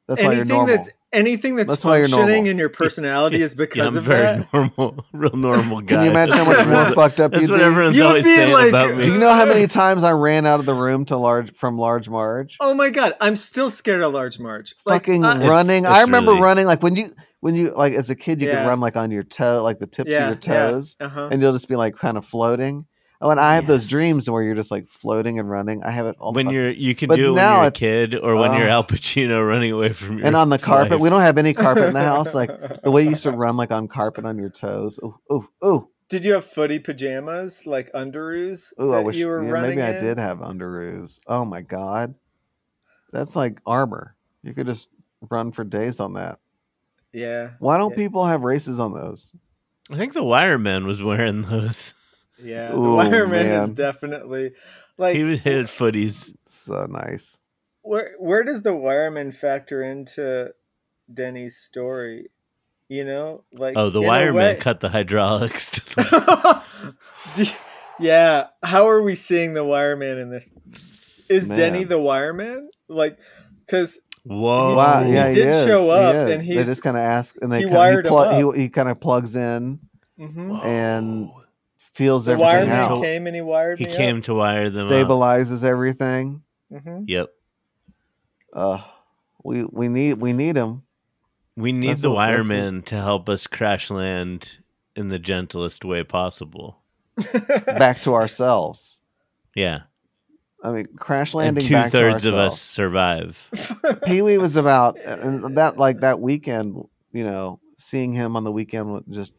That's why you're anything normal. that's anything that's, That's why you're functioning normal. (laughs) in your personality is yeah, because I'm of very that. normal, (laughs) real normal guy. Can you imagine how much more fucked up That's you'd what be? everyone's You'd always be saying like- about Do me. (laughs) you know how many times I ran out of the room to large from large Marge? Oh my god, I'm still scared of large march. Like, uh, Fucking I- running! it's I remember really- running like when you when you like as a kid you Yeah. could run like on your toe, like the tips Yeah, of your yeah. toes, uh-huh. and you'll just be like kind of floating. Oh, and I have those Yes. dreams where you're just like floating and running. I have it all the when fuck- you're you can But do it when now you're a it's- kid or when you're Ugh. Al Pacino running away from your and (laughs) on the carpet. wife. We don't have any (laughs) carpet in the house. (laughs) Like the way you used to run like on carpet on your toes. Ooh, ooh, ooh, Did you have footy pajamas like underoos ooh! that I wish you were yeah, running maybe I in? did have underoos. Oh my god, that's like armor. You could just run for days on that. Yeah. Why don't Yeah. people have races on those? I think the Wireman was wearing those. (laughs) Yeah. The Ooh, wireman is man. definitely like He was hit at footies. So nice. where where does the wireman factor into Denny's story? You know, like Oh, the in a Wireman way- cut the hydraulics. To (laughs) (laughs) the- Do- yeah, how are we seeing the wireman in this? Is Denny Man. the wireman? Like, because Whoa! wow, yeah, Oh, he he, did is, show he up, is. and they he's- just kind of ask, and they he kinda, wired him he, plu- he, he kind of plugs in, Whoa. and feels mm-hmm. the everything wireman out. came and he wired he me came to wire them. up. stabilizes everything. hmm Yep. Uh, we we need we need him. We need That's the a- that's a- Wireman to help us crash land in the gentlest way possible. (laughs) back to ourselves. Yeah. I mean, crash and landing. two Back to thirds of us ourselves. survive. Pee Wee was about and that like that weekend. You know, seeing him on the weekend would just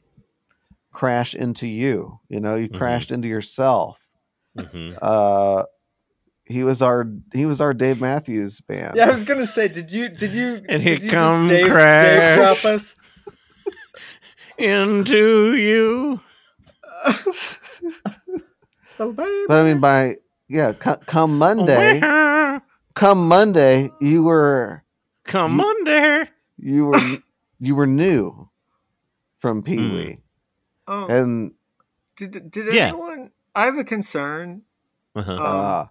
crash into you. You know, you Mhm. crashed into yourself. Mhm. Uh, he was our he was our Dave Matthews band. (laughs) yeah, I was gonna say, did you did you And did he you come just Dave, Dave crash. (laughs) drop us? Into you. but I mean, by yeah, c- come Monday, Where? come Monday, you were Come You- under. You were you were new from Pee Mm. Wee, Oh, and did did Yeah. anyone? I have a concern. Um, Uh-huh. uh,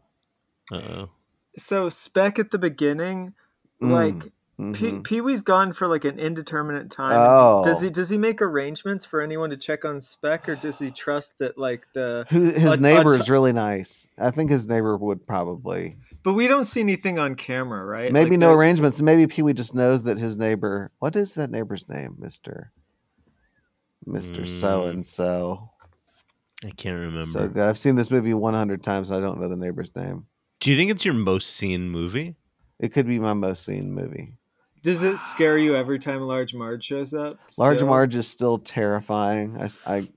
Uh-oh. So spec at the beginning, mm, like Pee mhm. Pee Wee's gone for like an indeterminate time. Oh. Does he does he make arrangements for anyone to check on Spec, or does he trust that like the? who his a- a neighbor t- is really nice. I think his neighbor would probably But we don't see anything on camera, right? maybe Like, no they're- arrangements. Maybe Pee Wee just knows that his neighbor. What is that neighbor's name, Mister? Mister So Mm. and So. I can't remember. So good. I've seen this movie 100 times. And I don't know the neighbor's name. Do you think it's your most seen movie? It could be my most seen movie. Does it scare you every time Large Marge shows up? Large still? Marge is still terrifying. I, s- I-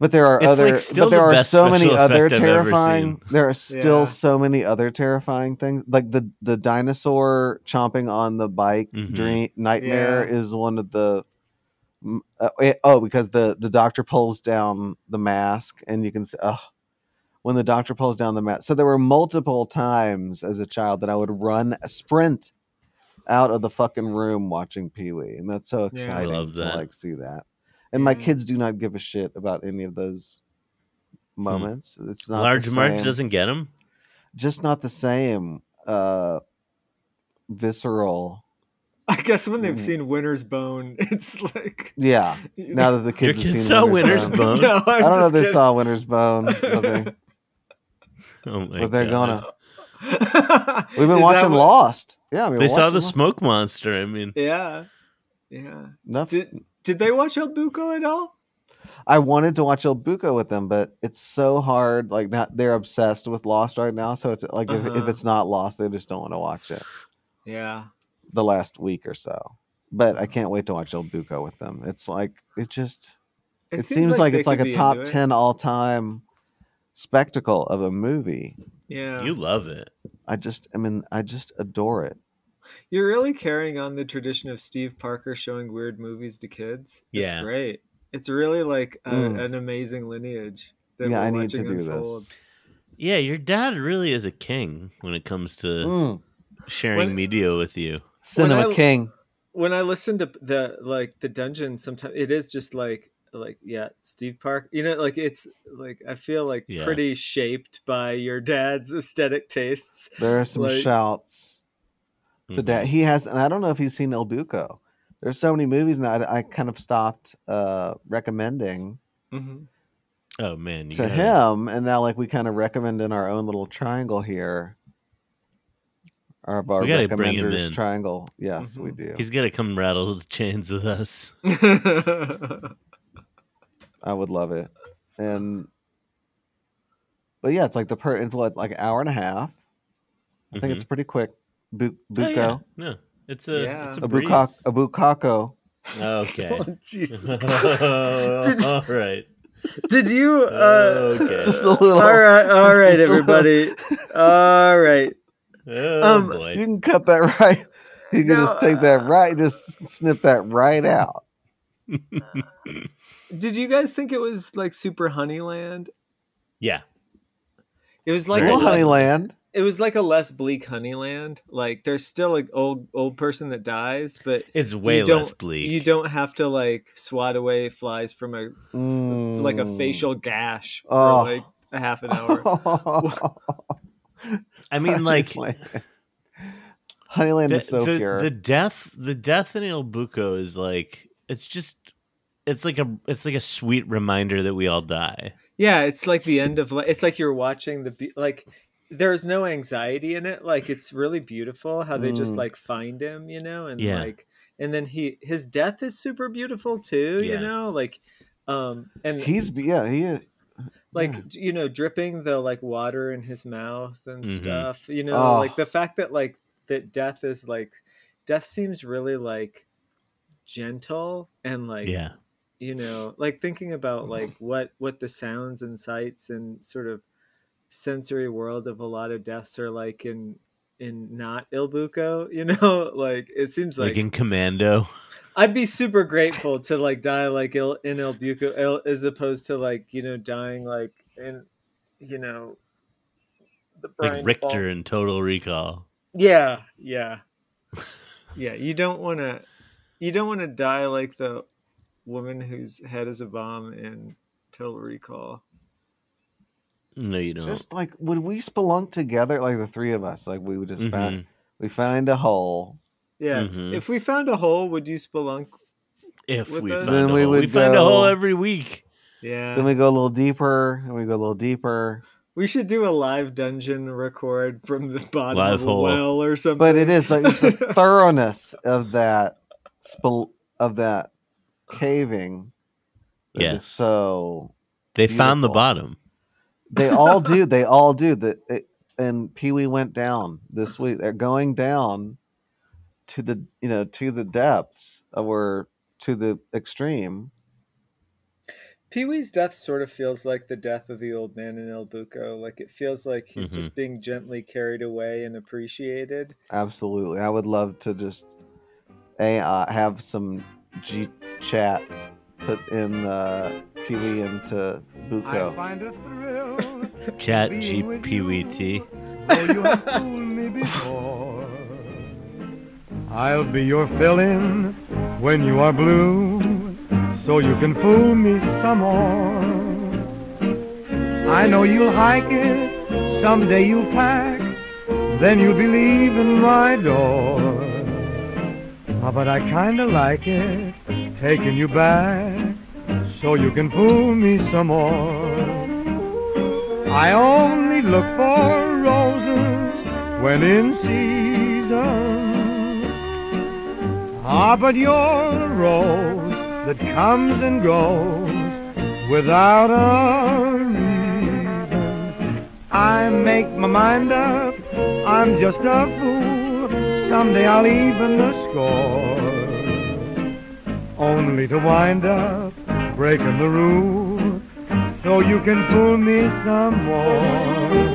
but there are It's, other, like, still but there the are best so many special other effect I've ever terrifying. seen. There are still Yeah. so many other terrifying things. Like the the dinosaur chomping on the bike Mhm. dream nightmare Yeah. is one of the. mm, Uh, eh, oh, because the the doctor pulls down the mask, and you can see. ugh. when the doctor pulls down the mat. So there were multiple times as a child that I would run a sprint out of the fucking room watching Pee Wee, and that's so Yeah. I exciting love to that. like see that. And my Yeah. kids do not give a shit about any of those moments. It's not the Large Marge same- doesn't get him. just not the same uh visceral. I guess when they've Mhm. seen Winter's Bone, (laughs) it's like Yeah, now that the Your kids, kids have seen saw Winter's (laughs) Winter's Bone. Bone. (laughs) no, I'm I don't know if just they kidding. (laughs) saw Winter's Bone. But they, Oh my but they're God. gonna. We've Is been that watching what- Lost. Yeah, we They saw watching the Lost. smoke monster. I mean, Yeah, yeah. Nothing. Did did they watch El Buco at all? I wanted to watch El Buco with them, but it's so hard. Like now, they're obsessed with Lost right now. So it's like if, if Uh-huh. it's not Lost, they just don't want to watch it. Yeah. The last week or so, but I can't wait to watch El Buco with them. It's like it just it, seems, like, they it's like could a be top into it. ten all time spectacle of a movie. Yeah. you love it. I just I mean I just adore it. You're really carrying on the tradition of Steve Parker showing weird movies to kids. Yeah. It's great. It's really like a, Mm. an amazing lineage. That Yeah, we're I need to watching do this. unfold. Yeah, your dad really is a king when it comes to Mm. sharing When- media with you. Cinema I- King. When I listen to the like the dungeon, sometimes it is just like like yeah, Steve Park. You know, like it's like I feel like Yeah. pretty shaped by your dad's aesthetic tastes. There are some like- shouts. The Mhm. dad he has and i don't know if he's seen el buco there's so many movies now i, I kind of stopped uh recommending Mm-hmm. (laughs) Mhm. Oh man, you to gotta- him and now like we kind of recommend in our own little triangle here our, our We gotta bring him recommenders in. Mm-hmm. triangle yes we Mhm. do He's got to come rattle the chains with us. i would love it and but yeah it's like the per it's what like hour and a half i think it's pretty quick Bu- Mm-hmm. Oh, buco yeah. No, it's a Yeah. it's a, a breeze. bucaco a bucaco (laughs) Okay. (laughs) Oh, (laughs) Jesus. Did- oh, all right. Did you? Uh, Okay. (laughs) just a little All right, all right, just a little- (laughs) everybody. All right. Oh Um, boy. You can cut that (laughs) right. You can just No, take that right, just snip that right out. Did you guys think it was like Super Honeyland? yeah. It was like Little a less, Honeyland. it was like a less bleak Honeyland. Like there's still an old old person that dies, but It's way you don't- less bleak. you don't have to like swat away flies from a like a Mm. facial gash for Oh. like a half an Mm. hour. (laughs) I mean, like Honeyland, Honeyland the, is so the, pure. the death the death in El Buco is like it's just it's like a it's like a sweet reminder that we all die. Yeah, it's like the end of life. It's like you're watching the be- like. There's no anxiety in it. Like it's really beautiful how they just Mm. like find him, you know, and Yeah. like and then he his death is super beautiful too, Yeah. you know, like um and He's yeah, he is. like yeah. you know dripping the like water in his mouth and Mhm. stuff, you know, Oh. like the fact that like that death is like death seems really like gentle and like yeah. you know like thinking about like what what the sounds and sights and sort of sensory world of a lot of deaths are like in in not ilbuko (laughs) you know like it seems Like, like, in Commando. (laughs) i'd be super grateful to like die like Il, in ilbuko Il, as opposed to like you know dying like in you know the Like Brian Richter Faul- in Total Recall. Yeah, (laughs) yeah, yeah. You don't want to, you don't want to die like the woman whose head is a bomb in Total Recall. No, you don't. Just like when we spelunk together, like the three of us, like we would just Mm-hmm. find Mhm. we find a hole. Yeah. Mhm. If we found a hole, would you spelunk? If With we those- find Then a we hole, would we find a hole go- every week. Yeah. Then we go a little deeper, and we go a little deeper. We should do a live dungeon record from the bottom Live of a hole. well or something. But it is like it's the thoroughness of that spel- of that caving. that is Yeah. so They found the Beautiful. bottom. They all do. They all do. The it, and Pee Wee went down this week. They're going down to the you know to the depths or to the extreme. Pee Wee's death sort of feels like the death of the old man in El Buco. Like it feels like he's just being gently carried away and appreciated. Absolutely, I would love to just a uh, have some G chat put in uh, Pee Wee into I Buko. find a thrill Chat E being with GPWT. you, though you have fooled me before. I'll be your fill-in when you are blue, so you can fool me some more. I know you'll hike it, someday you'll pack, then you'll be leaving my door. Ah, but I kinda like it, taking you back, so you can fool me some more. I only look for roses when in season. Ah, but you're a rose that comes and goes without a reason. I make my mind up, I'm just a fool. Someday I'll even the score. Only to wind up breaking the rules so you can fool me some more.